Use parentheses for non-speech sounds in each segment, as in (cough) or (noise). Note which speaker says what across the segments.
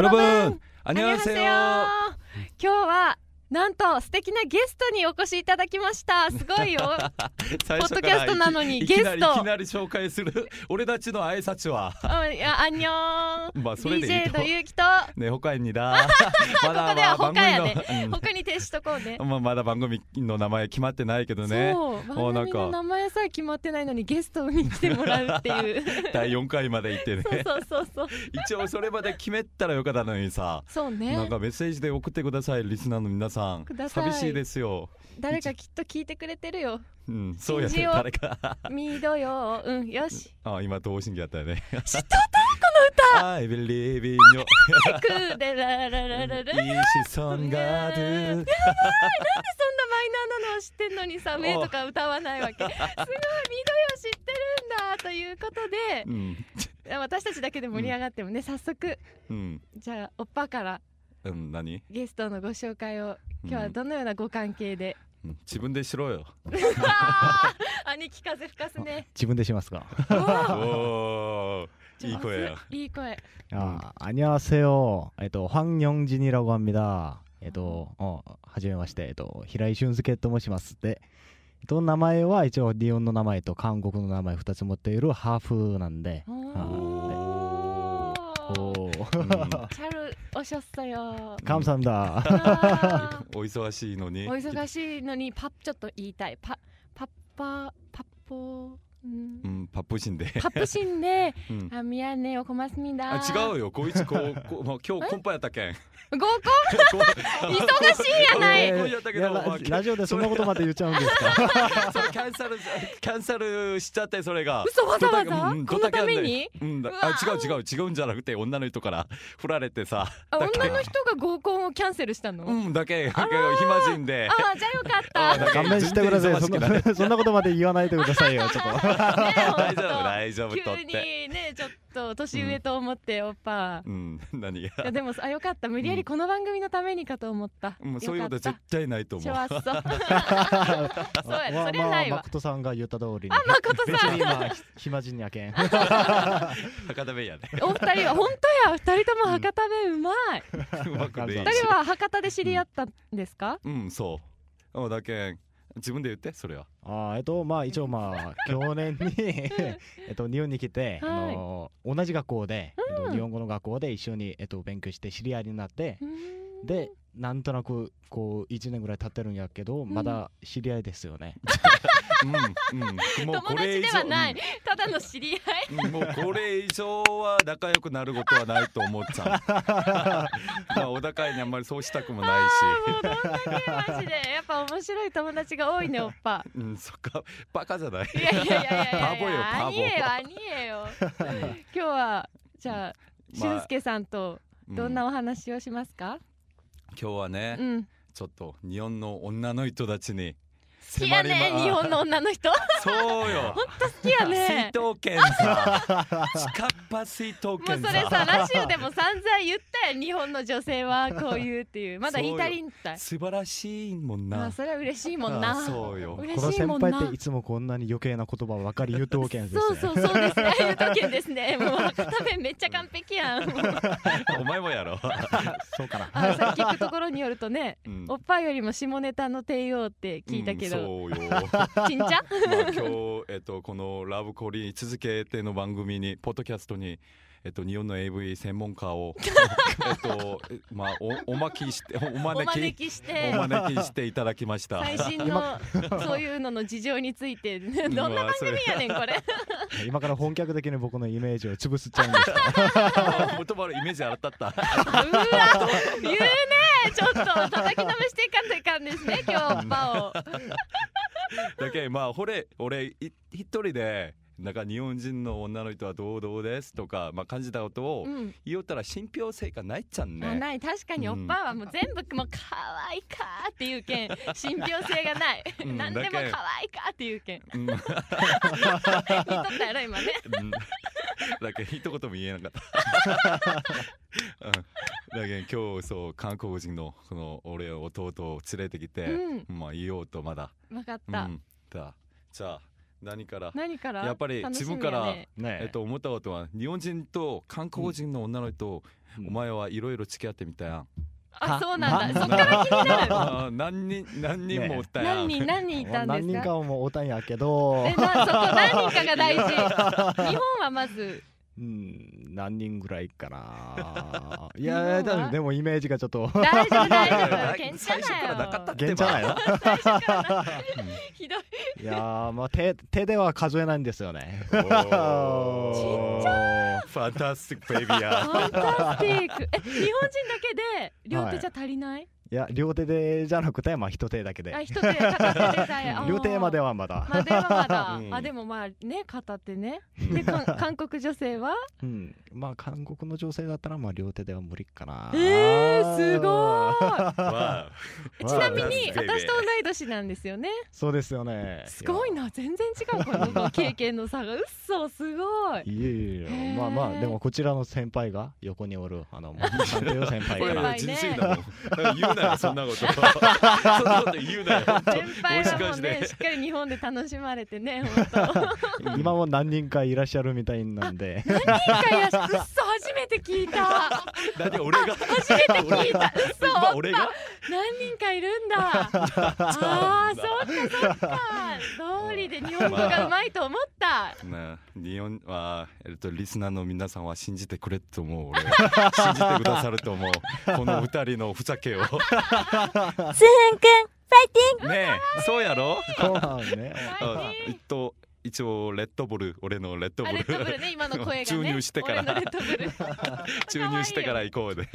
Speaker 1: 여러분 안녕하세요. (laughs)
Speaker 2: 今日はなんと素敵なゲストにお越しいただきました。すごいよ。
Speaker 1: (laughs) ポ
Speaker 2: ポッドキャストなのに
Speaker 1: いき
Speaker 2: ゲ
Speaker 1: な
Speaker 2: ス
Speaker 1: りい
Speaker 2: ト
Speaker 1: き。なり紹介する俺たちの挨拶は
Speaker 2: うんいや、あんにょーん。
Speaker 1: まあそれでいい
Speaker 2: DJ
Speaker 1: と
Speaker 2: のゆうきと、
Speaker 1: ねほかいに (laughs) だま
Speaker 2: ここではほかやね
Speaker 1: 番組の
Speaker 2: 他に停止しとこ
Speaker 1: (laughs)
Speaker 2: うね
Speaker 1: う。んまあまだ番組の名前決まってないけどね
Speaker 2: そう、
Speaker 1: おな
Speaker 2: 番
Speaker 1: ん
Speaker 2: 組
Speaker 1: か
Speaker 2: の名前さえ決まってないのにゲストに来てもらうって
Speaker 1: (laughs)
Speaker 2: いう。
Speaker 1: 第4回まで行ってね
Speaker 2: そうそうそうそう。
Speaker 1: 一応それまで決めたらよかったのにさ
Speaker 2: そ
Speaker 1: な
Speaker 2: う
Speaker 1: ん
Speaker 2: ね。
Speaker 1: かメッセージで送ってくださいリスナーの皆さん
Speaker 2: ください
Speaker 1: 寂しいですよ
Speaker 2: 誰かきっと聞いてくれてるよ。
Speaker 1: うんそうやね
Speaker 2: 信じよう
Speaker 1: 誰 (laughs) か
Speaker 2: ミードよ。うん、よし。
Speaker 1: あ今同心儀やったよね知っとったこの歌 I believe in you
Speaker 2: クーデラララララ。
Speaker 1: 이 시선가득
Speaker 2: そんなマイナーなのを知ってんのにさ「名」とか歌わないわ (laughs) けすごい緑を知ってるんだということで
Speaker 1: うん
Speaker 2: 私たちだけで盛り上がってもね早速
Speaker 1: うん
Speaker 2: じゃあおっぱから
Speaker 1: うん何
Speaker 2: ゲストのご紹介を今日は
Speaker 1: うん
Speaker 2: どのようなご関係で、
Speaker 1: 음, 지분대 싫어요
Speaker 2: あー (laughs) 兄貴風吹かす (laughs) ね
Speaker 3: 自分でしますが。
Speaker 1: 오, 이거예요
Speaker 2: いい声
Speaker 3: 아, 안녕하세요. 에, 또 황영진이라고 합니다. 에, 또 어, はじめまして. 에, 또 히라이 슌스케 と申しますでと名前は一応日本の名前と韓国の名前二つ持っているハーフなんで。
Speaker 2: お
Speaker 1: お
Speaker 2: ー
Speaker 3: お
Speaker 1: う
Speaker 3: ー
Speaker 1: 음,
Speaker 2: チャルおしょっさ (laughs) よ
Speaker 3: 감사합니다.
Speaker 2: あー
Speaker 1: 오이소하시노니
Speaker 2: お忙しいのにパッちょっと言いたいパパッパパッポーうん
Speaker 1: 음 바쁘신데
Speaker 2: (laughs) パプシンで
Speaker 1: 음.
Speaker 2: あ、みやね、おこますみだ。
Speaker 1: 아 。違うよ 고이치 고뭐 겨우 (laughs) 콤빠였다겐
Speaker 2: 合コン
Speaker 1: 고- (laughs)
Speaker 2: 忙しいやない。
Speaker 3: えー
Speaker 1: 恋やったけど
Speaker 3: いや
Speaker 1: まあ
Speaker 3: ララジオでそんなことまで言っちゃうんですか。
Speaker 1: それキャンセルキャンセルしちゃってそれが
Speaker 2: 嘘わざわ
Speaker 1: ド
Speaker 2: ざ
Speaker 1: タキャンうん
Speaker 2: この
Speaker 1: ドタキャ
Speaker 2: ため
Speaker 1: ンで
Speaker 2: に
Speaker 1: うんだ
Speaker 2: うわ
Speaker 1: あ違う違う違うんじゃなくて女の人から振られてさ
Speaker 2: あ
Speaker 1: だけ
Speaker 2: 女の人が合コンをキャンセルしたの、
Speaker 1: う
Speaker 2: あ
Speaker 1: んだけだけ暇人で
Speaker 2: あ、じゃあ
Speaker 1: (laughs)
Speaker 2: よかった。ね
Speaker 3: 勘弁してください。そん
Speaker 1: 全然忙しく
Speaker 3: な (laughs) そんなことまで言わないでくださいよ。ちょっと。
Speaker 1: (laughs) 大
Speaker 2: (laughs)
Speaker 1: 丈夫
Speaker 2: え
Speaker 1: 大丈
Speaker 2: ほん
Speaker 1: 夫
Speaker 2: と
Speaker 1: とっ
Speaker 2: 急に
Speaker 1: て
Speaker 2: ね、ちょっと年上と思って、おっぱ。
Speaker 1: うん (laughs) 何が
Speaker 2: いやでもあよかった無理やりこの番組のためにかと思った、
Speaker 1: もうそういうこと
Speaker 2: よ
Speaker 1: 絶
Speaker 2: かっ
Speaker 1: 対ないと
Speaker 2: た
Speaker 1: 思
Speaker 2: ち
Speaker 1: う
Speaker 2: ょわっ
Speaker 1: (laughs)
Speaker 2: (laughs) そそうや
Speaker 3: ま
Speaker 2: (laughs)
Speaker 3: あ
Speaker 2: それはないわ
Speaker 3: まあ誠さんが言った通りに。
Speaker 2: 誠
Speaker 3: 別
Speaker 2: さん
Speaker 3: に今ひ暇人やけん。
Speaker 1: 博多弁 (laughs) やね
Speaker 2: お二人は本当や二人とも博多弁うまいう
Speaker 1: まくでいい
Speaker 2: 二人は博多で知り合ったんですか、
Speaker 1: うんそうあだけ自分で言ってそれは
Speaker 3: あーえっとまあ一応
Speaker 2: (laughs)
Speaker 3: まあ去年にえっと日本に来
Speaker 2: は
Speaker 3: て、
Speaker 2: い
Speaker 3: あの同じ学校で、えっ
Speaker 2: うん
Speaker 3: と日本語の学校で一緒に、えっと、勉強して知り合いになって、
Speaker 2: うーん
Speaker 3: でなんとなくこう1年ぐらい経ってるんやけど
Speaker 2: ん
Speaker 3: まだ知り合いですよね、
Speaker 1: うん
Speaker 2: (laughs)
Speaker 1: うんもう
Speaker 2: 友
Speaker 1: これ
Speaker 2: 達
Speaker 1: 以
Speaker 2: で
Speaker 1: 上
Speaker 2: はない、ただの知り合い
Speaker 1: うんもうこれ以上は仲良くなることはないと思っ
Speaker 2: (laughs)
Speaker 1: ちゃうまあお高いにあんまりそうしたくもない
Speaker 2: もうどんだけマ (laughs) ジでやっぱ面白い友達が多いねおっぱ (laughs)
Speaker 1: しうんそっかバカじゃない
Speaker 2: いやいやいやいやいや
Speaker 1: パボよパボ
Speaker 2: あにえよあにえよ今日はじゃあ、しゅ
Speaker 1: ま
Speaker 2: ん
Speaker 1: あ
Speaker 2: すけさんとどん
Speaker 1: う
Speaker 2: なお話をしますか、
Speaker 1: 今日はね、
Speaker 2: うん
Speaker 1: ちょっと日本の女の人たち
Speaker 2: (laughs)
Speaker 1: に
Speaker 2: 好きや
Speaker 1: 迫りま
Speaker 2: ね日本の女の人 (laughs) 好
Speaker 1: そうよ
Speaker 2: きやね
Speaker 1: 水道圏
Speaker 2: (laughs)
Speaker 1: さ近っ端水道
Speaker 2: もう
Speaker 1: 圏
Speaker 2: それ
Speaker 1: さ
Speaker 2: さラジオでも散々言ったよ日本の女性はこういうっていうまだ言いたりんたい
Speaker 1: 素晴らしいもん
Speaker 2: ま
Speaker 1: な
Speaker 2: あそれは嬉しいもんな
Speaker 1: あそう
Speaker 2: (laughs)
Speaker 1: よ
Speaker 3: この
Speaker 2: 嬉しい
Speaker 3: 先
Speaker 2: もんな
Speaker 3: 輩っていつもこんなに余計な言葉ばかり言うとおけんですね
Speaker 2: そうそうそうです (laughs) ね。いう時にで
Speaker 1: (laughs)
Speaker 2: すね。もう博多弁めっちゃ完璧やん。もう
Speaker 1: お前もやろ、
Speaker 3: (laughs) そうかな
Speaker 2: あのさっき聞くところによるとね、 (laughs)
Speaker 1: うん
Speaker 2: おっぱいよりも下ネタの帝王って聞いたけ
Speaker 1: う
Speaker 2: ど、
Speaker 1: ん
Speaker 2: (laughs)
Speaker 1: そうよ、まあ、
Speaker 2: ちんちゃ
Speaker 1: 今
Speaker 2: ん？
Speaker 1: 日、えっと、この「ラブコリー」続けての番組にポッドキャストに、えっと、日本の AV 専門家
Speaker 2: (laughs)
Speaker 1: をえっと、まあ、おおまきしてお
Speaker 2: お
Speaker 1: 招
Speaker 2: 招
Speaker 1: き
Speaker 2: きし
Speaker 1: お
Speaker 2: て。
Speaker 1: 招きしていただきました。
Speaker 2: 最新のそういうのの事情につ
Speaker 1: (laughs)
Speaker 2: いてどんな番組やねんこれ
Speaker 3: 今から本格的に僕のイメージを潰すっちゃうんですか
Speaker 1: (laughs) 言葉のイメージ改った。
Speaker 2: (laughs) うわ言うねちょっと叩きのめしていかんといかんで
Speaker 1: (laughs)
Speaker 2: すね今日おっぱを
Speaker 1: だけまあ俺俺い一人でなんか日本人の女の人はどうどうですとか、まあ、感じたことを
Speaker 2: うん
Speaker 1: 言おったら信憑性がないっちゃん
Speaker 2: あ
Speaker 1: ね。
Speaker 2: ない確かにおっぱいはもう全部もう可愛いかーっていうけん信憑性がない、
Speaker 1: うん
Speaker 2: 何でも
Speaker 1: だけ
Speaker 2: 可愛いかーっていうけん
Speaker 1: うん、うん
Speaker 2: 言いとったや
Speaker 1: (laughs)
Speaker 2: ろ今ね
Speaker 1: だけ一言も言えなか (laughs) った。うん、だけ今日そう韓国人のこの俺弟を連れてきて、
Speaker 2: うん
Speaker 1: まあ言おうとまだ。
Speaker 2: 分かっ
Speaker 1: う
Speaker 2: た、
Speaker 1: ん、だじゃあ何から
Speaker 2: 何から
Speaker 1: やっぱり
Speaker 2: 楽しみ
Speaker 1: 自分から
Speaker 2: やね
Speaker 3: ね
Speaker 1: えっと思ったことは日本人と韓国人の女の人、
Speaker 3: うん
Speaker 1: お前はいろいろ付き合ってみたやん
Speaker 2: あそうなんだそ
Speaker 3: な
Speaker 2: っから気になる
Speaker 1: あー何人何人もおったやん、
Speaker 2: 何人何人いたんで
Speaker 3: 何
Speaker 2: す
Speaker 3: 人
Speaker 2: か
Speaker 3: かもおたんやけど
Speaker 2: え、なそこ何人かが大
Speaker 1: (laughs)
Speaker 2: 事日本はまず
Speaker 3: うん、何人ぐらいかな
Speaker 2: (laughs)
Speaker 3: い
Speaker 2: 日本
Speaker 3: や
Speaker 2: はい
Speaker 3: やでもイメージがちょっと
Speaker 2: 大丈夫大丈
Speaker 1: な
Speaker 2: 夫けんちゃ
Speaker 1: (laughs) 最初からなかったっ
Speaker 3: 現
Speaker 1: て
Speaker 3: じゃ
Speaker 1: ば
Speaker 3: ないの
Speaker 2: ひどい
Speaker 3: いやーまあ手手では数えないんですよ
Speaker 2: (laughs)
Speaker 3: ね
Speaker 1: ちっちゃファンタスティックベイビー (laughs)
Speaker 2: フ
Speaker 1: や
Speaker 2: ァンタスティックえ日本人だけで両手じゃ足りない、
Speaker 3: いや両手でじゃなくてまあ一手だけで
Speaker 2: あ一手片手でさえあー
Speaker 3: 両手まではまだ、
Speaker 2: まあではま
Speaker 3: (laughs)
Speaker 2: だ、
Speaker 1: うん
Speaker 2: あでもまあね片手ねでかん韓国女性は
Speaker 3: うん、まあ韓国の女性だったらまあ両手では無理かな
Speaker 2: えー、すご
Speaker 1: わ
Speaker 2: い (laughs) ちなみに
Speaker 1: ファンタスティック
Speaker 2: 私と同い年なんですよね
Speaker 3: そうですよね
Speaker 2: すごいな全然違うこの経験の差がうっそすごい
Speaker 3: いやいやい
Speaker 2: へー
Speaker 3: やまあまあでもこちらの先輩が横におる
Speaker 2: (laughs)
Speaker 3: あの探偵の先輩
Speaker 1: こ
Speaker 3: か
Speaker 1: れ
Speaker 2: 先
Speaker 3: ら
Speaker 2: 輩
Speaker 1: 人生だもんだから言うなよそん
Speaker 2: (laughs)
Speaker 1: なことそんなこと言うなよ本当
Speaker 2: 先輩はも
Speaker 1: も
Speaker 2: う
Speaker 1: しかし
Speaker 2: ね
Speaker 1: て
Speaker 2: しっかり日本で楽しまれて (laughs) ね本当
Speaker 3: 今も何人かいらっしゃるみたいなんで
Speaker 2: 何回やしうっそ初めて聞いた
Speaker 1: だって俺が
Speaker 2: 初めて聞いた嘘
Speaker 1: まあ俺が
Speaker 2: 何人かいるん (laughs) だあーそっかそっか通りで日本語がうまいと思った
Speaker 1: な日本は、えっと、リスナーの皆さんは信じてくれると思う俺は信じてくださると思うこの二人のふざけを
Speaker 4: スーンくん、ファイティング
Speaker 1: ねえそうやろ
Speaker 3: (laughs) 後半
Speaker 2: (laughs)
Speaker 3: ね
Speaker 1: あえっと一応レッドブル俺のレッドブ
Speaker 2: あレッドブ
Speaker 1: ル
Speaker 2: ルね今の (laughs) 声がね
Speaker 1: 注入してから
Speaker 2: 俺のレッドブル
Speaker 1: (laughs) 注入してから行こうで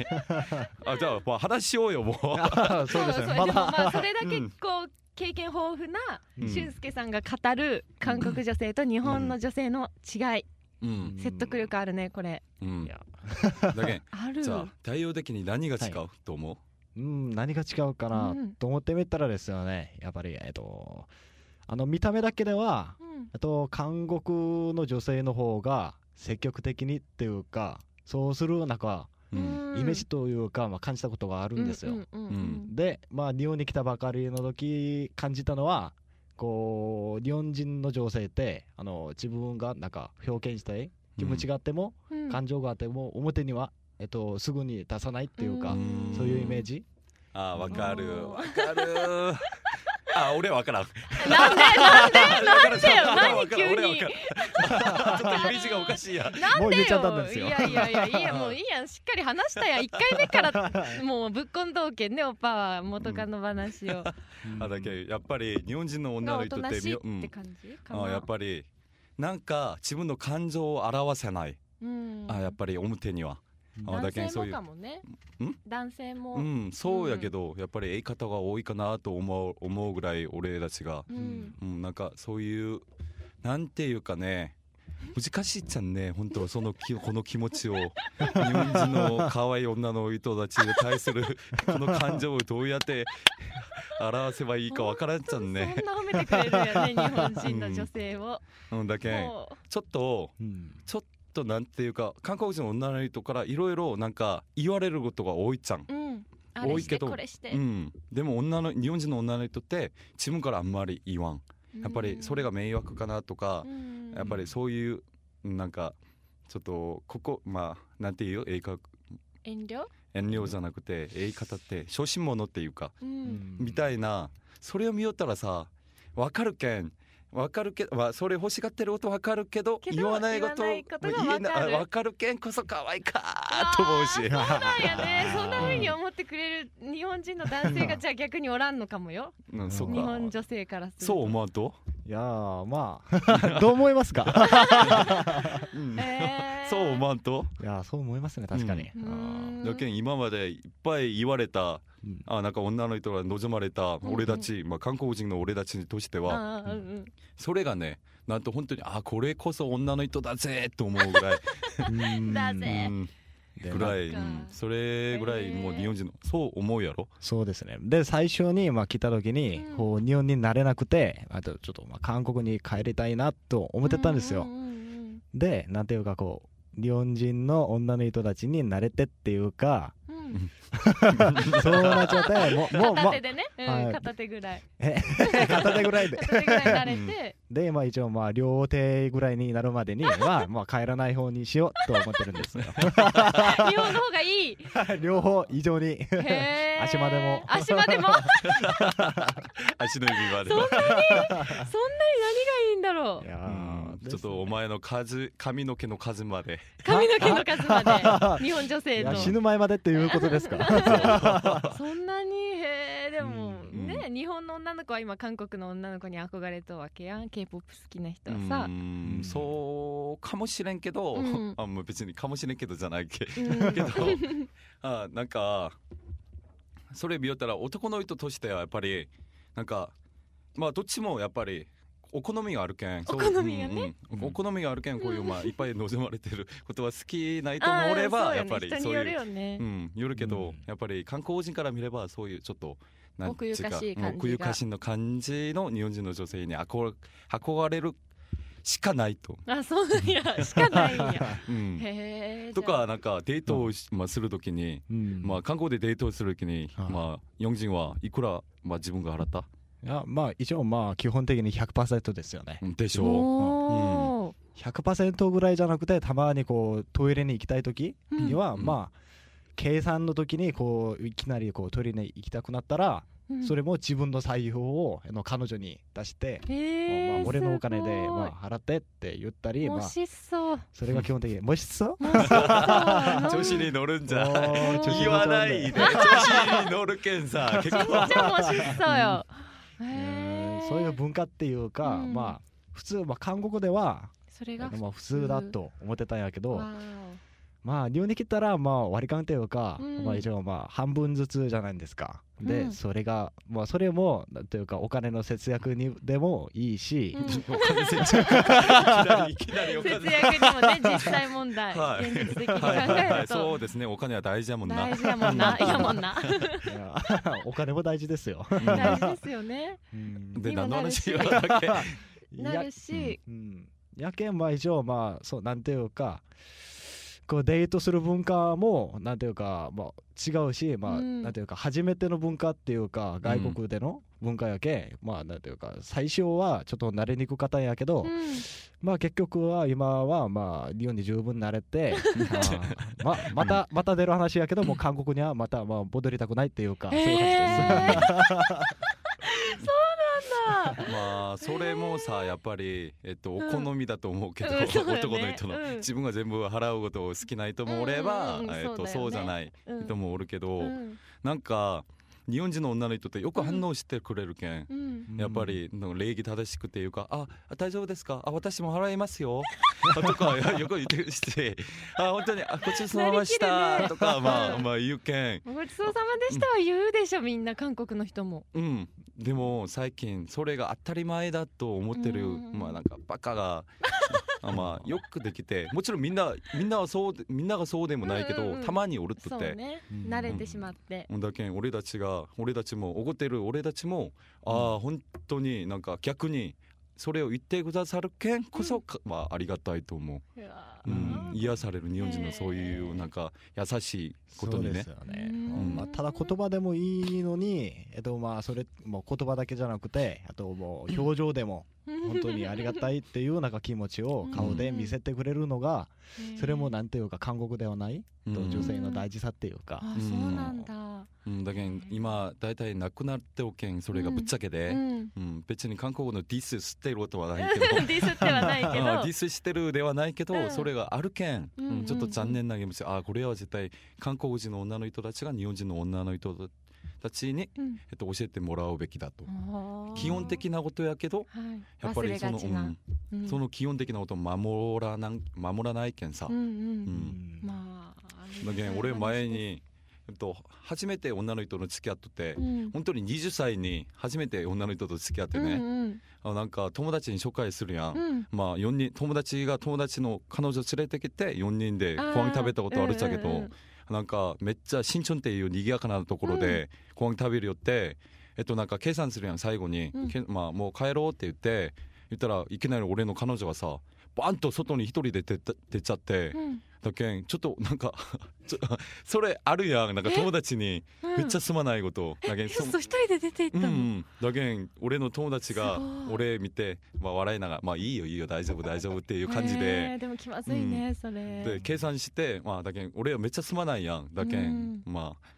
Speaker 1: あじゃあ、まあ、話しようよもう
Speaker 3: そうですね
Speaker 2: でも
Speaker 3: (laughs) まだ
Speaker 2: まあそれだけ
Speaker 1: うん
Speaker 2: こう経験豊富な
Speaker 1: うん
Speaker 2: 俊介さんが語る韓国女性と日本の女性の違い
Speaker 1: うん
Speaker 2: 説得力あるねこれ
Speaker 1: うん
Speaker 3: いや
Speaker 1: だけ
Speaker 2: ある
Speaker 1: じゃあ対応的に何が違うと思う
Speaker 3: うん何が違うかな
Speaker 2: うん
Speaker 3: と思ってみたらですよねやっぱりえっとあの見た目だけでは
Speaker 2: うん
Speaker 3: あと韓国の女性の方が積極的にっていうかそうするなんか
Speaker 1: うん
Speaker 3: イメージというか、まあ、感じたことがあるんですよ、
Speaker 2: うんうんうん
Speaker 1: うん
Speaker 3: で、まあ、日本に来たばかりの時感じたのはこう日本人の女性ってあの自分がなんか表現したい気持ちがあっても、
Speaker 2: うん
Speaker 3: 感情があっても表には、えっと、すぐに出さないっていうか、
Speaker 1: うん
Speaker 3: そういうイメージ、
Speaker 1: あーわかる
Speaker 2: おー
Speaker 1: わかるあ俺わ
Speaker 2: (laughs)
Speaker 1: からん
Speaker 2: なんでなんで
Speaker 1: なん
Speaker 3: (laughs)
Speaker 2: でよ何急に
Speaker 1: ちょっとイメージがおかしいや
Speaker 2: なん
Speaker 3: もう
Speaker 2: でよ
Speaker 3: 言っちゃったんですよ
Speaker 2: いやいやいやいいや
Speaker 3: (laughs)
Speaker 2: もういいやんしっかり話したや一回目からもうぶっこんどうけんねおっぱは元カノ話
Speaker 3: (laughs)
Speaker 2: を、
Speaker 1: あだけどやっぱり日本人の女
Speaker 2: が
Speaker 1: の
Speaker 2: お
Speaker 1: 人
Speaker 2: と
Speaker 1: っ
Speaker 2: な
Speaker 1: て
Speaker 2: しい
Speaker 1: み
Speaker 2: って感じか
Speaker 1: うん
Speaker 2: な、
Speaker 1: あやっぱりなんか自分の感情を表せない、
Speaker 2: うん、
Speaker 1: あやっぱり表には
Speaker 3: うん
Speaker 1: あだ
Speaker 2: 男
Speaker 1: けんそ
Speaker 2: 性
Speaker 1: うい
Speaker 2: も
Speaker 1: う
Speaker 2: かもね
Speaker 1: ん
Speaker 2: 男性も、
Speaker 1: う
Speaker 2: うん
Speaker 1: んそうやけど、やっぱり言い方が多いかなと思う思うぐらい俺たちが、うん、なんかそういうなんていうかね難しいっちゃんね本当そのきこの気 (laughs) 持ちを日本人の可愛い女の人たちに対する (laughs) この感情をどうやって (laughs) 表せばいいかわからんっちゃんね
Speaker 2: そん。な褒めてくれるよね日本人の女性を、
Speaker 1: うんだけん
Speaker 2: もう
Speaker 1: ちょっと
Speaker 3: うん
Speaker 1: ちょっとなんていうか韓国人の女の人からいろいろなんか言われることが多いじゃん。
Speaker 2: うんあれ
Speaker 1: 多い
Speaker 2: して
Speaker 1: けど
Speaker 2: これして、
Speaker 1: うん、でも女の日本人の女の人って自分からあんまり言わんやっぱりそれが迷惑かなとか
Speaker 2: う、ん
Speaker 1: やっぱりそういうなんかちょっとここまあなんていうよ英語
Speaker 2: 遠慮、
Speaker 1: 遠慮じゃなくて言い方って小心者っていうか
Speaker 2: うん
Speaker 1: みたいなそれを見よったらさわかるけんわかるけど、まあ、それ欲しがってることわかるけど
Speaker 2: けど
Speaker 1: 言わないこと
Speaker 2: 言わないことが
Speaker 1: 言え
Speaker 2: わか
Speaker 1: な
Speaker 2: る
Speaker 1: わかるけんこそ可愛いかーと思うし
Speaker 2: わそうなんやねそんな風に思ってくれる日本人の男性がじゃあ逆におらんのかもよ
Speaker 1: (laughs) うん、そっ
Speaker 2: 日
Speaker 1: か
Speaker 2: 本女性からすると
Speaker 1: そう思わんと、
Speaker 3: いやーまあ (laughs) どう思いますか
Speaker 1: うん
Speaker 2: えー
Speaker 1: (laughs) そう思わんと
Speaker 3: いやーそう思いますね確かに、
Speaker 2: う
Speaker 3: あー
Speaker 2: ん
Speaker 1: だけん今までいっぱい言われた
Speaker 3: うん
Speaker 1: あなんか女の人が望まれた
Speaker 2: んうん
Speaker 1: 俺たち、まあ、韓国人の俺たちとしては、
Speaker 2: あーうんうん
Speaker 1: それがねなんと本当にあこれこそ女の人だぜと思うぐら
Speaker 2: (laughs)
Speaker 1: い、
Speaker 3: うん
Speaker 2: だぜ
Speaker 1: うん、
Speaker 3: で
Speaker 1: ぐらい、
Speaker 2: そっか
Speaker 1: うんそれぐらいもう
Speaker 2: へー
Speaker 1: 日本人のそう思うやろ、
Speaker 3: そうですねで最初にまあ来た時に
Speaker 2: うん
Speaker 3: こう日本になれなくてあとちょっとまあ韓国に帰りたいなと思ってたんですよ、
Speaker 2: ううんうん
Speaker 3: でなんていうかこう日本人の女の人たちに慣れてっていうか
Speaker 2: (laughs) うんうんうん
Speaker 3: そうなっちゃってもうもう、ま
Speaker 2: 片手、でね、うん
Speaker 3: はい
Speaker 2: 片手ぐらい
Speaker 3: (laughs) 片手ぐらいで
Speaker 2: 片手ぐらい慣れて、
Speaker 3: でまあ一応まあ両手ぐらいになるまでにはまあ帰らない方にしようと思ってるんですよ
Speaker 2: 日本の方がいい
Speaker 3: (laughs) 両方
Speaker 1: (laughs)
Speaker 3: 異常に
Speaker 2: へー
Speaker 3: 足までも
Speaker 2: 足までも
Speaker 1: 足の指まで
Speaker 2: そんなにそんなに何がいいんだろ
Speaker 3: いうや
Speaker 1: う
Speaker 3: ー
Speaker 1: んちょっとお前の数髪の毛の数まで
Speaker 2: 髪の毛の
Speaker 1: (laughs)
Speaker 2: 数まで日本女
Speaker 3: い
Speaker 2: 性
Speaker 3: や
Speaker 2: と
Speaker 3: 死ぬ前までっていうことですか
Speaker 2: (laughs) そんなにへえでも
Speaker 1: うん
Speaker 2: ね日本の女の子は今韓国の女の子に憧れとわけやん K-POP 好きな人はさ
Speaker 1: う、んそうかもしれんけど、
Speaker 2: うん
Speaker 1: (laughs) あもう別にかもしれんけどじゃないけ
Speaker 2: うん (laughs)
Speaker 1: けどあなんかそれ見よったら男の人としてはやっぱりなんかまあどっちもやっぱりお好みがあるけんそう
Speaker 2: お好みが
Speaker 1: う
Speaker 2: ね
Speaker 1: んうん
Speaker 3: うん
Speaker 1: お好みがあるけんこういう
Speaker 2: (laughs)
Speaker 1: まあいっぱい望まれてる (laughs) ことは好きないと
Speaker 2: あ
Speaker 1: も
Speaker 2: ー
Speaker 1: おれば
Speaker 2: そうよね
Speaker 1: やっぱり
Speaker 2: 人
Speaker 1: そ
Speaker 2: に
Speaker 1: う
Speaker 2: よる
Speaker 1: いう
Speaker 2: よね
Speaker 1: うんよるけど、
Speaker 3: うん
Speaker 1: やっぱり韓国人から見ればそういうちょっとなんてう
Speaker 2: 奥ゆかしい感じが
Speaker 1: うん奥ゆかしいの感じの日本人の女性に憧れ憧れるしかないと、
Speaker 2: あそうなんやしかないんや
Speaker 1: うん
Speaker 2: へえ
Speaker 1: とかなんかデートをし、まあ、するときに
Speaker 3: うん
Speaker 1: まあ、韓国でデートをするときに、
Speaker 3: はい
Speaker 1: まあ、ヨンジンはいくら、まあ、自分が払った
Speaker 3: いやまあ一応まあ基本的に100%ですよね
Speaker 1: でし
Speaker 2: お
Speaker 1: ょ
Speaker 2: おー
Speaker 3: 100%ぐらいじゃなくてたまにこうトイレに行きたい時には、
Speaker 1: うん
Speaker 3: まあ計算の時にこういきなりこうトイレに行きたくなったら、
Speaker 2: うん
Speaker 3: それも自分の財布をあの彼女に出して、
Speaker 2: へえ
Speaker 3: まあ、俺のお金
Speaker 2: す
Speaker 3: で
Speaker 2: ごい
Speaker 3: まあ払ってって言ったり、ま
Speaker 2: も
Speaker 3: あ、
Speaker 2: しそう
Speaker 3: それが基本的にもしそう
Speaker 2: もしそう
Speaker 1: (laughs) 調子に乗るんじゃん
Speaker 3: おー調子
Speaker 1: 言
Speaker 3: 乗
Speaker 1: わな
Speaker 3: っちゃうんだ
Speaker 1: いで調子に乗 (laughs) るけん
Speaker 2: (laughs)
Speaker 1: さ結
Speaker 2: めっ
Speaker 1: 構
Speaker 2: ちゃもしそうよへ
Speaker 3: え
Speaker 2: え
Speaker 3: ーそういう文化っていうか、
Speaker 2: うん
Speaker 3: まあ普通、まあ、韓国では
Speaker 2: それが
Speaker 3: まあ普通だと思ってたんやけど
Speaker 2: わーお
Speaker 3: まあ日本に来たらまあ割り勘っていうか、
Speaker 2: うん
Speaker 3: まあ一応まあ半分ずつじゃないですかで、
Speaker 2: うん
Speaker 3: それがまあそれもなんていうかお金の節約にでもいいし、
Speaker 2: うん
Speaker 1: お金節約いきなりいきなりお
Speaker 2: 節
Speaker 1: 金
Speaker 2: 約にもね実際問
Speaker 1: (laughs)
Speaker 2: 題、
Speaker 1: はい
Speaker 2: 現実的に考
Speaker 1: はいはい
Speaker 2: え
Speaker 1: は
Speaker 2: る
Speaker 1: いそう
Speaker 2: と
Speaker 1: ですねお金は大事やもんな
Speaker 2: 大事やも
Speaker 1: (laughs)
Speaker 2: んないやもんない
Speaker 3: や (laughs) お金も大事ですよ。
Speaker 1: うん
Speaker 2: 大事ですよね
Speaker 3: うん
Speaker 1: で
Speaker 2: にも
Speaker 1: 何の
Speaker 2: なる
Speaker 1: 話
Speaker 2: し
Speaker 1: やったっ
Speaker 2: (laughs)
Speaker 1: け
Speaker 3: い
Speaker 2: な
Speaker 3: や
Speaker 2: るし、
Speaker 3: うん、やけんまあ一応まあそうなんていうかこうデートする文化もなんていうか、まあ、違うし、まあ
Speaker 2: うん
Speaker 3: なんていうか初めての文化っていうか外国での文化やけ、ん、まあなんていうか最初はちょっと慣れにくかったんやけど、
Speaker 2: うん
Speaker 3: まあ結局は今はまあ日本に十分慣れて
Speaker 2: (laughs)
Speaker 3: まあままたまた出る話やけどもう韓国にはまたまあ戻りたくないっていうか、そう (laughs) いう感じです。
Speaker 2: へーそうなんだ
Speaker 1: まあそれもさやっぱり、えっと、お
Speaker 2: うん
Speaker 1: 好みだと思うけど、
Speaker 2: うんそうだね
Speaker 1: 男の人の、
Speaker 2: うん
Speaker 1: 自分が全部払うことを好きな人もおれば、
Speaker 2: うんうんうん
Speaker 1: えっと
Speaker 2: そうだよね
Speaker 1: そうじゃない人もおるけど、
Speaker 2: うん
Speaker 1: なんか日本人の女の人ってよく反応してくれるけん、
Speaker 2: うん
Speaker 1: (laughs) やっぱりなんか礼儀正しくていう
Speaker 2: (laughs)
Speaker 1: か「ああ大丈夫ですかあ私も払いますよ」 (laughs) あとか (laughs) よく言ってして「あ本当にあごちそうさまでし
Speaker 2: なり
Speaker 1: た
Speaker 2: きるね」
Speaker 1: とか、まあ
Speaker 2: うん
Speaker 1: まあ言うけん。
Speaker 2: ごちそうさまでしたは言うでしょみんな韓国の人も
Speaker 1: うん、でも最近それが当たり前だと思ってる、
Speaker 2: うん
Speaker 1: まあなんかバカ
Speaker 2: (laughs)
Speaker 1: があまあよくできてもちろんみんなみんなはそうでみんながそうでもないけど、
Speaker 2: うんうんうん
Speaker 1: たまにおるっと
Speaker 2: そ
Speaker 1: っ
Speaker 2: う
Speaker 1: て、
Speaker 2: ね
Speaker 3: うん
Speaker 2: 慣れてしまって
Speaker 1: だけん俺たちが俺たちもおごってる俺たちも、ああ本当になんか逆にそれを言ってくださるけんこそか、まあ、ありがたいと思
Speaker 2: うわ
Speaker 1: う、うん
Speaker 2: ー
Speaker 1: 癒される日本人のそういうなんか優しいことにね
Speaker 3: そうですよね、
Speaker 2: うん
Speaker 1: うん
Speaker 3: まあ、ただ言葉でもいいのに、えっとまあ、それもう言葉だけじゃなくてあともう表情でも本当
Speaker 2: (laughs)
Speaker 3: にありがたいっていうなんか気持ちを顔で見せてくれるのが、
Speaker 2: ね
Speaker 3: それもなんていうか韓国ではない、
Speaker 1: うん
Speaker 3: と女性の大事さっていうか、
Speaker 2: あそうなんだ
Speaker 1: うん、だけん今大体なくなっておけんそれがぶっちゃけで。
Speaker 2: うん (laughs)
Speaker 1: うん、別に韓国のディスしてることはないけど
Speaker 2: ディスってはないけ
Speaker 1: あディ
Speaker 2: ど
Speaker 1: スしてるではないけど、
Speaker 2: うん
Speaker 1: それがあるけん、
Speaker 2: うんうんうん
Speaker 1: ちょっと残念な気持ちあこれは絶対韓国人の女の人たちが日本人の女の人たちに、
Speaker 2: うん
Speaker 1: えっと、教えてもらうべきだと、
Speaker 2: あー
Speaker 1: 基本的なことやけど
Speaker 2: はい
Speaker 1: やっぱりその,
Speaker 2: 忘れがち
Speaker 1: う、
Speaker 2: なんうん
Speaker 1: その基本的なことを守らなん守らないけんさ、
Speaker 2: うん
Speaker 1: う
Speaker 2: うん
Speaker 1: んだ
Speaker 2: まあありがたい話で
Speaker 1: け
Speaker 2: す
Speaker 1: ん俺前に、えっと、初めて女の人の付き合ってて、
Speaker 2: うん
Speaker 1: 本当に20歳に初めて女の人と付き合って
Speaker 2: う
Speaker 1: ね、
Speaker 2: ん
Speaker 1: あなんか友達に紹介するや
Speaker 2: うんうん
Speaker 1: まあ4人友達が友達の彼女連れてきて4人でご飯食べたことあるっちゃけど、
Speaker 2: うんうんうん
Speaker 1: なんかめっちゃ新春っていう賑やかなところでご飯食べるよって、えっとなんか計算するやん最後に、
Speaker 2: うん
Speaker 1: けまあもう帰ろうって言って言ったらいきなり俺の彼女がさバンと外に一人で出た出ちゃって、
Speaker 2: うん
Speaker 1: だけんちょっとなんか (laughs) ちょそれあるやんなんか友達にめっちゃすまないことだけんそ
Speaker 2: そう一人で出て
Speaker 1: うん
Speaker 2: 行っ
Speaker 1: う
Speaker 2: たの、
Speaker 1: ん、だけん俺の友達が
Speaker 2: すごい
Speaker 1: 俺見て、まあ、笑いながら「まあいいよいいよ大丈夫大丈夫」っていう感じ
Speaker 2: え
Speaker 1: で
Speaker 2: ーでも気まずいね、それ
Speaker 1: で計算して、まあ、だけん俺はめっちゃすまないやんだけん、まあ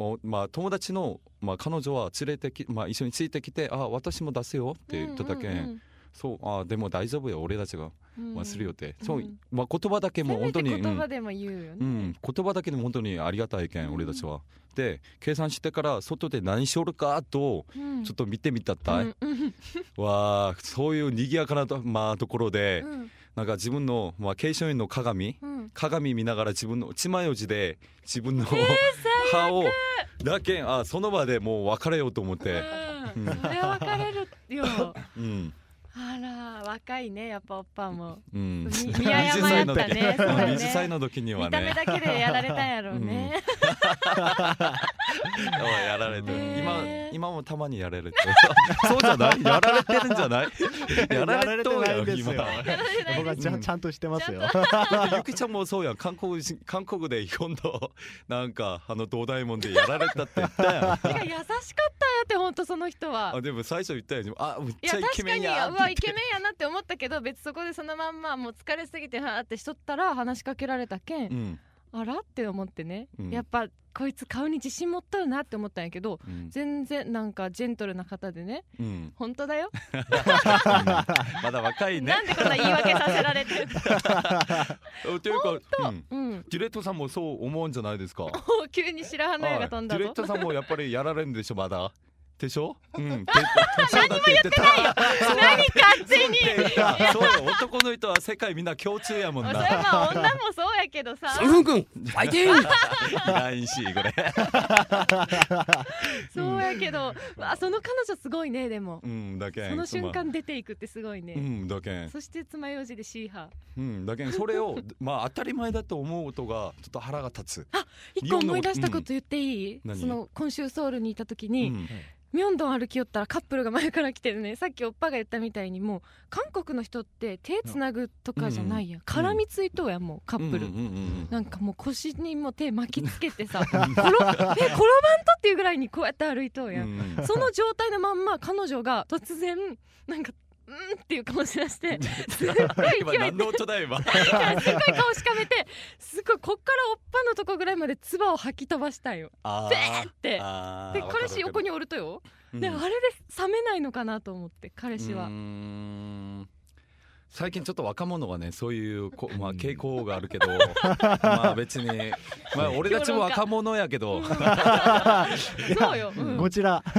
Speaker 1: おまあ、友達の、まあ、彼女は連れてき、まあ、一緒についてきて「あ私も出すよ」って言っただけん、そうあでも大丈夫よ俺たちが、まあ、するよっ、
Speaker 2: ってうん
Speaker 1: そうまあ、言葉だけ
Speaker 2: て
Speaker 1: も本当に
Speaker 2: 言
Speaker 1: うん
Speaker 2: 葉でも言うよね、
Speaker 1: うん、言葉だけでも本当にありがたいけん、
Speaker 2: うん
Speaker 1: 俺たちは。で計算してから外で何しおるかと
Speaker 2: うん
Speaker 1: ちょっと見てみたったい、
Speaker 2: うんうん
Speaker 1: わあそういう賑やかなと,、まあ、ところで、
Speaker 2: うん
Speaker 1: なんか自分の、まあ、継承員の鏡
Speaker 2: うん
Speaker 1: 鏡見ながら自分の爪楊枝で自分の、歯をだけんあその場でもう別れようと思って、
Speaker 2: うんそれは別れるよ
Speaker 1: (laughs) うん
Speaker 2: あら若いねやっぱおっぱも
Speaker 1: うん、
Speaker 2: 見
Speaker 1: 20
Speaker 2: 見誤
Speaker 1: 歳
Speaker 2: っ
Speaker 1: の
Speaker 2: た
Speaker 1: 時
Speaker 2: ねそうだね
Speaker 1: 20歳の時には
Speaker 2: 見た目
Speaker 1: ね
Speaker 2: だけでやられたんやろうね、
Speaker 1: やられてる
Speaker 2: ね
Speaker 1: 今今もたまにやられて (laughs) るそうじゃないやられてるんじゃ
Speaker 2: (laughs)
Speaker 1: ないやられとうやん今 (laughs)
Speaker 3: やられてないですよ僕はちゃ
Speaker 1: うん
Speaker 3: んちゃんとしてますよ。
Speaker 1: だってゆきちゃんもそうやん韓国人韓国で今度なんかあの東大門でやられたって言ったやん
Speaker 2: てか優しかったんやって本当その人は
Speaker 1: あでも最初言ったよねあめっ
Speaker 2: い
Speaker 1: ち
Speaker 2: や
Speaker 1: ゃイケ
Speaker 2: 確
Speaker 1: メ
Speaker 2: か
Speaker 1: ン
Speaker 2: にう
Speaker 1: やん
Speaker 2: わイケメンやなって思ったけど別にそこでそのまんまもう疲れすぎてはーってしとったら話しかけられたけん、
Speaker 1: うん
Speaker 2: あらって思ってね、
Speaker 1: うん
Speaker 2: やっぱこいつ顔に自信持っとるなって思ったんやけど
Speaker 1: うん
Speaker 2: 全然なんかジェントルな方でね
Speaker 1: うんうん
Speaker 2: 本当だよ、
Speaker 1: まだ若い (laughs) ね
Speaker 2: なんでこんな言い訳させられてる
Speaker 1: というかうん (laughs)
Speaker 2: うん
Speaker 1: ディレクトさんもそう思うんじゃないですか
Speaker 2: もう急に白羽の矢が飛んだ
Speaker 1: はいディレ
Speaker 2: ぞ
Speaker 1: クターさんもやっぱりやられるんでしょまだでし
Speaker 2: (laughs)
Speaker 1: ょうん何も言ってないよ
Speaker 2: 何勝手に
Speaker 1: そう男の人は世界みんな共通やもん
Speaker 2: それ
Speaker 1: な
Speaker 2: まあ女もそうやけ
Speaker 1: (laughs)
Speaker 2: どさ
Speaker 5: ソルフン君、ファイティング
Speaker 1: いらんしこれ
Speaker 2: そうやけど、わあその彼女すごいねでも、
Speaker 1: うんだけん
Speaker 2: その瞬
Speaker 1: ま
Speaker 2: 間出ていくってすごいうね、
Speaker 1: んだけん
Speaker 2: そして爪楊枝でシーハ
Speaker 1: う
Speaker 2: ー
Speaker 1: んだけんそれをまあ当たり前だと思うことがちょっと腹が立つ
Speaker 2: 一個思い出したこと言っていい、
Speaker 1: うん何
Speaker 2: その今週ソウルにいた時
Speaker 1: う
Speaker 2: に、
Speaker 1: ん
Speaker 2: ミョンドン歩き寄ったらカップルが前から来てるねさっきおっぱが言ったみたいにもう韓国の人って手つなぐとかじゃないや、ん、絡みついとうやんもうカップル、
Speaker 1: うんうんうん
Speaker 2: なんかもう腰にもう手巻きつけ
Speaker 1: (laughs)
Speaker 2: てさ転え (laughs) 転ばんとっていうぐらいにこうやって歩いとう
Speaker 1: うんう
Speaker 2: やん、
Speaker 1: ん
Speaker 2: その状態のまんま彼女が突然なんかうんっていう顔しだしてすっごい
Speaker 1: 今
Speaker 2: 勢いで
Speaker 1: 何の音だ
Speaker 2: (laughs)
Speaker 1: 今
Speaker 2: すっごい顔しかめてすごいこっからおっぱのとこぐらいまで唾を吐き飛ばしたんよ
Speaker 1: あ
Speaker 2: ベーって
Speaker 1: ー
Speaker 2: で彼氏横におるとよ、であれで冷めないのかなと思って彼氏は、
Speaker 1: は最近ちょっと若者はねそういうこまあ
Speaker 3: うん
Speaker 1: 傾向がある
Speaker 2: (laughs)
Speaker 1: けどまあ別にまあ俺たちも若者やけど
Speaker 2: そう
Speaker 3: (laughs)
Speaker 2: よ、うん
Speaker 3: こちら。
Speaker 1: あ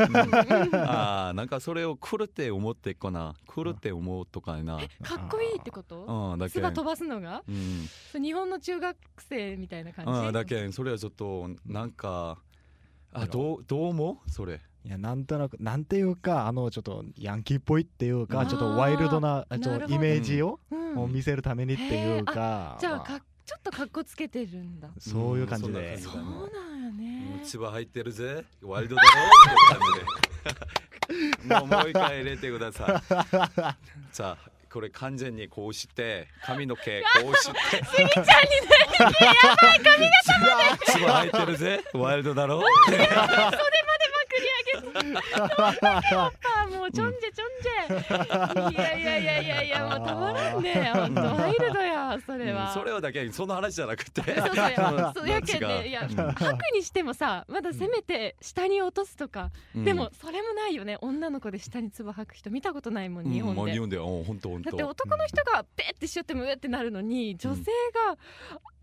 Speaker 1: ーなんかそれを来るって思ってっかな来るって思うとかいな
Speaker 2: かっこいいってこと
Speaker 1: うんだけ
Speaker 2: 唾飛ばすのが
Speaker 1: うん
Speaker 2: そう日本の中学生みたいな感じ、
Speaker 1: うんだけんそれはちょっとなんかあどうどうもそれ
Speaker 3: いやなんとなくなんていうかあのちょっとヤンキーっぽいっていう
Speaker 1: う
Speaker 3: か
Speaker 1: ん
Speaker 3: ちょっとワイルドな
Speaker 2: あー
Speaker 3: ちょ
Speaker 2: な
Speaker 3: っ
Speaker 2: るほ
Speaker 3: と
Speaker 2: ど
Speaker 3: イメージを
Speaker 2: うん
Speaker 3: もう見せるためにっていうか
Speaker 2: じゃあ
Speaker 3: ま
Speaker 2: かちょっとかっこつけてるんだ
Speaker 3: そういう感じ
Speaker 1: うん
Speaker 3: で
Speaker 1: そ
Speaker 2: そ
Speaker 1: んな感
Speaker 2: うなんやね
Speaker 1: 千葉入ってる
Speaker 2: (laughs)
Speaker 1: ぜワイルドだろって
Speaker 2: (laughs)
Speaker 1: 感じでもうもう一回入れてくださいさあこれ完全にこうして髪の毛こうしてスギちゃんにやばい髪型まで千葉入ってるぜワイルド
Speaker 2: (laughs)
Speaker 1: だろって
Speaker 2: あもうちょんじゃ
Speaker 1: (laughs)
Speaker 2: ちょんじゃいやいやいやいやいやもうたまらんね本当ワイルドやそれは、
Speaker 1: うんそれはだけにその話じゃなくて
Speaker 2: そ
Speaker 1: (laughs)
Speaker 2: うそうやそうやけん
Speaker 1: まあ違
Speaker 2: ね
Speaker 1: う
Speaker 2: いや白にしてもさまだせめて下に落とすとか、
Speaker 1: うん
Speaker 2: (laughs) でもそれもないよね女の子で下に唾吐く人見たことないもん日本
Speaker 1: うんもう
Speaker 2: で、
Speaker 1: 日本でうん本当本
Speaker 2: だって
Speaker 1: 当
Speaker 2: 男の人がペッてしよってもうえってなるのに女性が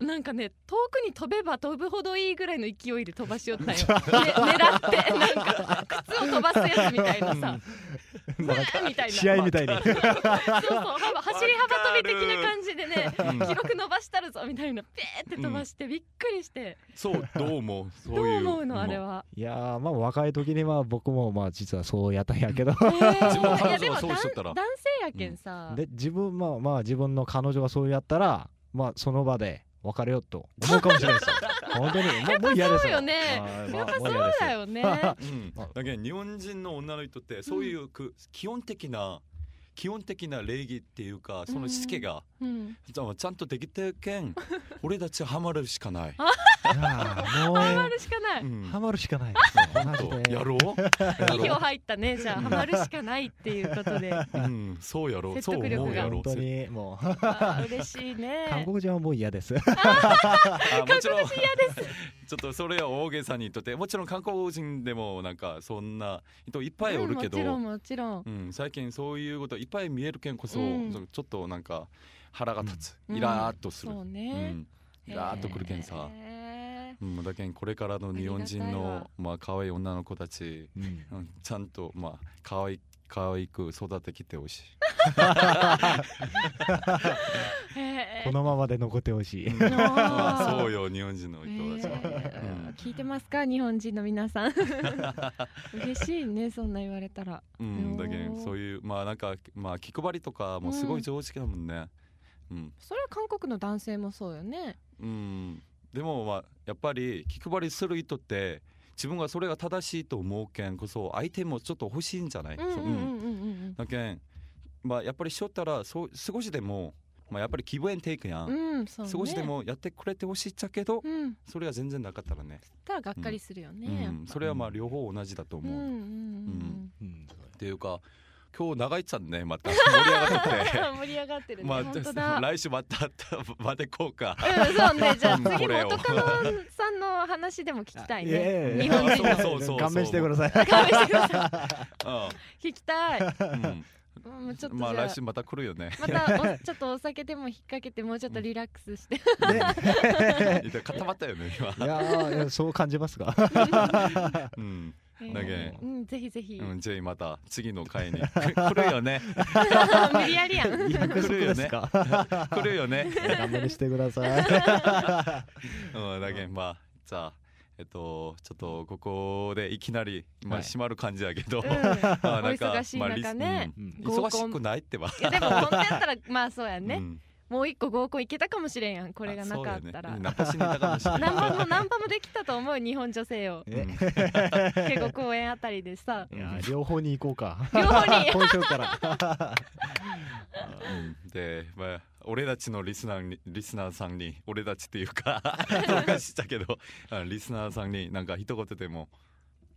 Speaker 2: なんかね遠くに飛べば飛ぶほどいいぐらいの勢いで飛ばしよ
Speaker 1: (laughs)
Speaker 2: ったんよ、ね、狙ってなんか靴を飛ばすやつみたいなさうわ
Speaker 1: (laughs)
Speaker 2: ーみたいな
Speaker 3: 試合みたいに (laughs)
Speaker 2: そうそう幅走り幅跳び的な感じでね
Speaker 1: (laughs) うん
Speaker 2: (laughs) 記録伸ばしたるぞみたいなペーって飛ばしてびっくりして、
Speaker 1: そうどうもそう
Speaker 2: どう
Speaker 1: いう
Speaker 2: 思うのあれ
Speaker 1: ま
Speaker 2: は。
Speaker 3: いやーまあ若い時には僕もまあ実はそうやったんやけど
Speaker 2: えー
Speaker 1: 自分の
Speaker 2: いや
Speaker 1: 彼
Speaker 2: で
Speaker 1: 女が
Speaker 2: も男
Speaker 1: そうしとったら
Speaker 2: 男性やけんさ、
Speaker 3: で自分まあまあ自分の彼女がそうやったらまあその場で別れようと思うかもしれない (laughs) ですよ本当にもうもう嫌です
Speaker 2: そうよね
Speaker 3: はい
Speaker 2: やっぱ
Speaker 3: も
Speaker 2: そう
Speaker 3: う嫌です
Speaker 2: だよね。
Speaker 1: うん、だけど日本人の女の人ってそういうく、基本的な基本的な礼儀っていうかそのしつけが
Speaker 2: うん
Speaker 1: ちゃんちゃんとできてるけん俺たちハマるしかない。
Speaker 3: あも
Speaker 2: ハマ
Speaker 3: う
Speaker 2: るしかな
Speaker 1: う
Speaker 2: い
Speaker 1: ん
Speaker 3: ハマるしかないですね
Speaker 1: と
Speaker 3: マジで
Speaker 1: やろうや
Speaker 2: 2票
Speaker 1: ろ
Speaker 2: (laughs) 入ったねじゃあハマるしかないっていうこ
Speaker 1: (laughs)
Speaker 2: とで
Speaker 1: う、うん、そうやろう
Speaker 2: 説
Speaker 1: そう
Speaker 2: 得力
Speaker 1: 思う
Speaker 2: が
Speaker 1: やろ
Speaker 3: 本
Speaker 1: う
Speaker 3: 当にもう
Speaker 2: あー嬉しい
Speaker 3: 韓
Speaker 2: ね
Speaker 3: 国人はもう嫌です
Speaker 1: あもちろんちょっとそれは大げさにとってもちろん韓国人でもなんかそんな人いっぱいおるけど、
Speaker 2: うんもちろんもちろん
Speaker 1: うん、最近そういうこといっぱい見えるけんこそ、
Speaker 2: うん
Speaker 1: ちょっとなんか腹が立つ、
Speaker 2: うん
Speaker 1: イラーっとする、
Speaker 2: そう
Speaker 1: う
Speaker 2: ね
Speaker 1: ん、イラーっとくるけんさ、
Speaker 2: へ
Speaker 1: うん、だけんこれからの日本人
Speaker 2: ありがたい
Speaker 1: の
Speaker 2: わ
Speaker 1: まあ可愛い女の子たち、
Speaker 3: うん
Speaker 1: うん、ちゃんとまあ可愛い可愛く育ててきてほしい。
Speaker 2: ーへー
Speaker 3: このままで残って
Speaker 2: (laughs)
Speaker 3: ほしい
Speaker 1: うんまあ
Speaker 2: あー
Speaker 1: (laughs) そうよ日本人の人たちは、
Speaker 2: えー
Speaker 1: うん
Speaker 2: 聞いてますか日本人の皆
Speaker 1: (laughs)
Speaker 2: さん嬉しいねそんな言われたら
Speaker 1: うん、だけ
Speaker 2: お
Speaker 1: ん
Speaker 2: ー
Speaker 1: そういうまあなんかまあ気配りとかもすごい常識だもんね。うん、
Speaker 2: それは韓国の男性もそうよね
Speaker 1: うん、でもまあやっぱり気配りする人って自分がそれが正しいと思うけんこそ相手もちょっと欲しいんじゃない、
Speaker 2: うんうん
Speaker 1: そう
Speaker 2: うん
Speaker 1: ん
Speaker 2: うんうん
Speaker 1: だけんまあやっぱりしょったらそう少しでも、まあ、やっぱり気分テイクやん、
Speaker 2: うんうんそうね
Speaker 1: 少しでもやってくれてほしいっちゃけど、
Speaker 2: うん
Speaker 1: それは全然なかったらね
Speaker 2: たらがっかりするよね、やっ
Speaker 1: うん、
Speaker 2: ぱ
Speaker 1: それはまあ両方同じだと
Speaker 2: う
Speaker 1: 思
Speaker 2: ん
Speaker 1: う。
Speaker 2: うん
Speaker 3: うん
Speaker 1: っていうか今日長いっちゃんねまた盛り上が
Speaker 2: (laughs)
Speaker 1: ってて
Speaker 2: うんうん盛り上がってる
Speaker 1: (laughs)
Speaker 2: ね、
Speaker 1: ま
Speaker 2: 本当だ
Speaker 1: あ、 (laughs) 来週またまでこう
Speaker 2: (laughs)
Speaker 1: か。
Speaker 2: うんそうねじゃあ
Speaker 1: うん
Speaker 2: 次
Speaker 1: これを
Speaker 2: 元カノさんの話でも聞きたいね
Speaker 3: え
Speaker 2: 日本人の
Speaker 1: そうそうそう
Speaker 3: 勘弁してください
Speaker 2: 勘弁してくださ
Speaker 1: う
Speaker 2: い聞き
Speaker 1: (laughs)
Speaker 2: たい
Speaker 1: ん、
Speaker 2: うんもうちょっとじ
Speaker 1: ま
Speaker 2: ゃ
Speaker 1: あ
Speaker 2: あ
Speaker 1: 来週また来るよ
Speaker 2: (laughs)
Speaker 1: ね。
Speaker 2: またおちょっとお酒でも引っ掛けてもうちょっとリラックスして
Speaker 1: 固まったよね今。
Speaker 3: いやーいやそう感じますか
Speaker 1: うん、
Speaker 2: うん
Speaker 1: (laughs) だけ
Speaker 2: うんぜひぜひ、
Speaker 1: うん、じゃあまた次の回に来るよ
Speaker 2: (laughs)
Speaker 1: ね。
Speaker 2: 無理やりやん
Speaker 3: 約束ですか
Speaker 1: 来るよ
Speaker 2: (laughs)
Speaker 1: ね。
Speaker 3: 勘弁してくださ (laughs) い
Speaker 1: うん、だけんまあじゃあえっとちょっとここでいきなりまあ
Speaker 3: はい
Speaker 1: 閉まる感じやけど、
Speaker 2: うん
Speaker 1: (laughs) まあ
Speaker 2: お忙しい
Speaker 1: まあリ
Speaker 2: 中
Speaker 1: ス
Speaker 2: ね
Speaker 1: うん
Speaker 3: 음。
Speaker 2: 合コン
Speaker 1: 忙しくないってば。
Speaker 2: いやでも本当や
Speaker 1: (laughs)
Speaker 2: ったらまあそうや
Speaker 1: う
Speaker 2: ね、
Speaker 1: ん
Speaker 2: もう一個合コンいけたかもしれんやんこれがなかった
Speaker 1: あ
Speaker 2: ら、
Speaker 1: そうだよねうんナパシにいたかもしれない
Speaker 2: 何番も何番もできたと思う日本女性を
Speaker 1: (laughs) うん
Speaker 2: 結構公園あたりでさ
Speaker 3: いやー両方に行 (laughs) こうか
Speaker 2: 両方に
Speaker 3: 今週 (laughs) から
Speaker 1: うんで、まあ、俺たちのリスナーにリスナーさんに俺たちっていうか (laughs) おかしいっちゃけどあリスナーさんになんか一言でも、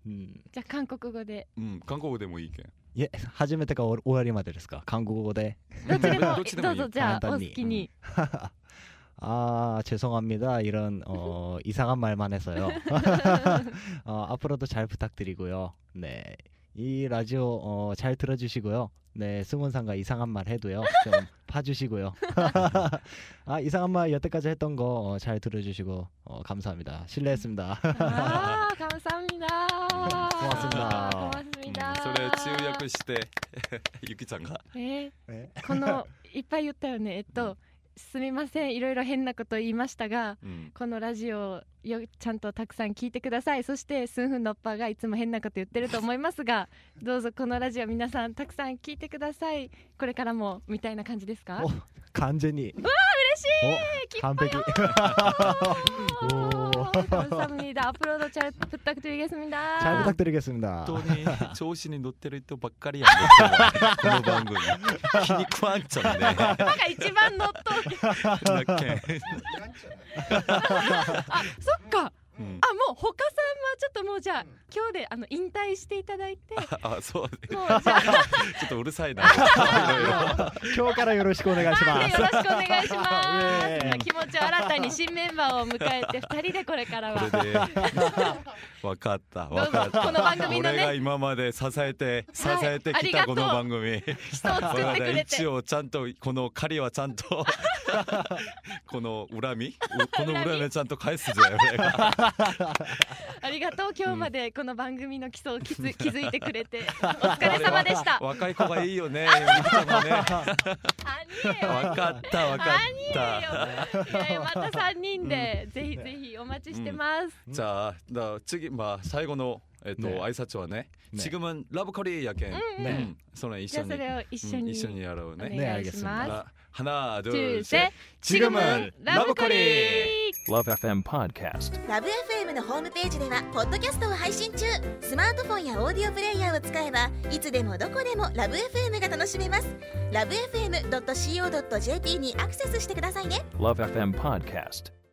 Speaker 3: うん
Speaker 2: じゃあ韓国語で
Speaker 1: うん、韓国語でもいいけん
Speaker 3: いえ初めてか終わりまでですか韓国語で (laughs)
Speaker 2: どっちでも
Speaker 1: (laughs) どっちでも
Speaker 2: ど
Speaker 1: いうい
Speaker 2: ぞじゃあお
Speaker 3: 簡単
Speaker 2: 好
Speaker 3: に
Speaker 2: きに、
Speaker 3: 아 죄송합니다 이런 어, 이상한 말만 해서요 (laughs) 어, 앞으로도 잘 부탁드리고요 네이 라디오 어, 잘 들어주시고요 네 승훈상과 이상한 말 해도요 (laughs) 좀 봐주시고요 (laughs) 아 이상한 말 여태까지 했던 거 잘 들어주시고 어, 감사합니다 실례했습니다
Speaker 2: ああ、감사합니다
Speaker 1: う
Speaker 3: 고맙습니다.
Speaker 1: ん
Speaker 2: 고맙습니다.
Speaker 1: それ中訳して (laughs) ゆきちゃんが
Speaker 2: え
Speaker 3: え
Speaker 2: ー、このいっぱい言ったよね。えっと、すみません、いろいろ変なこと言いましたが、
Speaker 1: うん
Speaker 2: このラジオをよちゃんとたくさん聞いてください。そしてスンフンのっぱがいつも変なこと言ってると思いますが、どうぞこのラジオ皆さんたくさん聞いてください。これからもみたいな感じですか？
Speaker 3: 어, 간절히 와
Speaker 2: 기뻐요.
Speaker 3: 완벽히
Speaker 2: おー、감사합니다アップロードチャット부탁드리겠습니다
Speaker 3: 잘 (laughs) 부탁드리겠습니다
Speaker 1: 本当に
Speaker 2: (laughs)
Speaker 1: 調子に乗ってる人ばっかりやん僕はこの番組気に食わんち
Speaker 2: (laughs)
Speaker 1: ゃうね
Speaker 2: なんか一番乗っとって、
Speaker 1: だっけん、
Speaker 2: そっか。 (laughs)
Speaker 1: うん、
Speaker 2: あもう他さんはちょっともうじゃあ、今日であの引退していただいてもう
Speaker 1: あそうち
Speaker 2: じゃあ
Speaker 1: ょっとうるさ
Speaker 2: (laughs)
Speaker 1: いな
Speaker 3: 今日からよろしくお願いします
Speaker 2: よろしくお願いします
Speaker 3: ええ
Speaker 2: まあ気持ちを新たに新メンバーを迎えて二人でこれからは
Speaker 1: これ
Speaker 2: (laughs)
Speaker 1: でわかったわかっ
Speaker 2: どうぞ
Speaker 1: た
Speaker 2: この番組のね
Speaker 1: 俺が今まで支えて支えて
Speaker 2: あ
Speaker 1: き
Speaker 2: り
Speaker 1: た、
Speaker 2: がと
Speaker 1: こ
Speaker 2: う
Speaker 1: の番組
Speaker 2: 人を作ってくれて
Speaker 1: 一応ちゃんとこの借りはちゃん
Speaker 2: (laughs)
Speaker 1: とこの恨みうこの恨みはちゃんと返すぜ俺が
Speaker 2: ありがとう今日までこの番組の基礎を気づ気づいてくれてお疲れ様でした
Speaker 1: 若い子がいいよねゆきちゃんもね
Speaker 2: 兄えよ
Speaker 1: わかったわかった
Speaker 2: いやいやまた三人で、ぜひぜひお待ちしてます、
Speaker 1: じゃあだ次まあ最後のえっと、
Speaker 3: ね
Speaker 1: 挨拶はね
Speaker 3: ね
Speaker 1: 지금은ラブコリーやけん、
Speaker 2: うんうん
Speaker 1: うんその一
Speaker 2: じゃ
Speaker 1: 緒に
Speaker 2: あそれを一緒に、
Speaker 1: うん一緒にやろうね
Speaker 2: お願いします、
Speaker 1: 하나둘
Speaker 2: 둘,
Speaker 1: 셋
Speaker 2: 셋.
Speaker 1: 지금은
Speaker 2: 지금은
Speaker 1: 러브콜이
Speaker 2: 러브콜이
Speaker 5: LoveFM Podcast
Speaker 6: ラブ f m のホームページではポッドキャストを配信中スマートフォンやオーディオプレイヤーを使えばいつでもどこでもラブ f m が楽しめますラブ FM.co.jp にアクセスしてくださいね
Speaker 5: LoveFM Podcast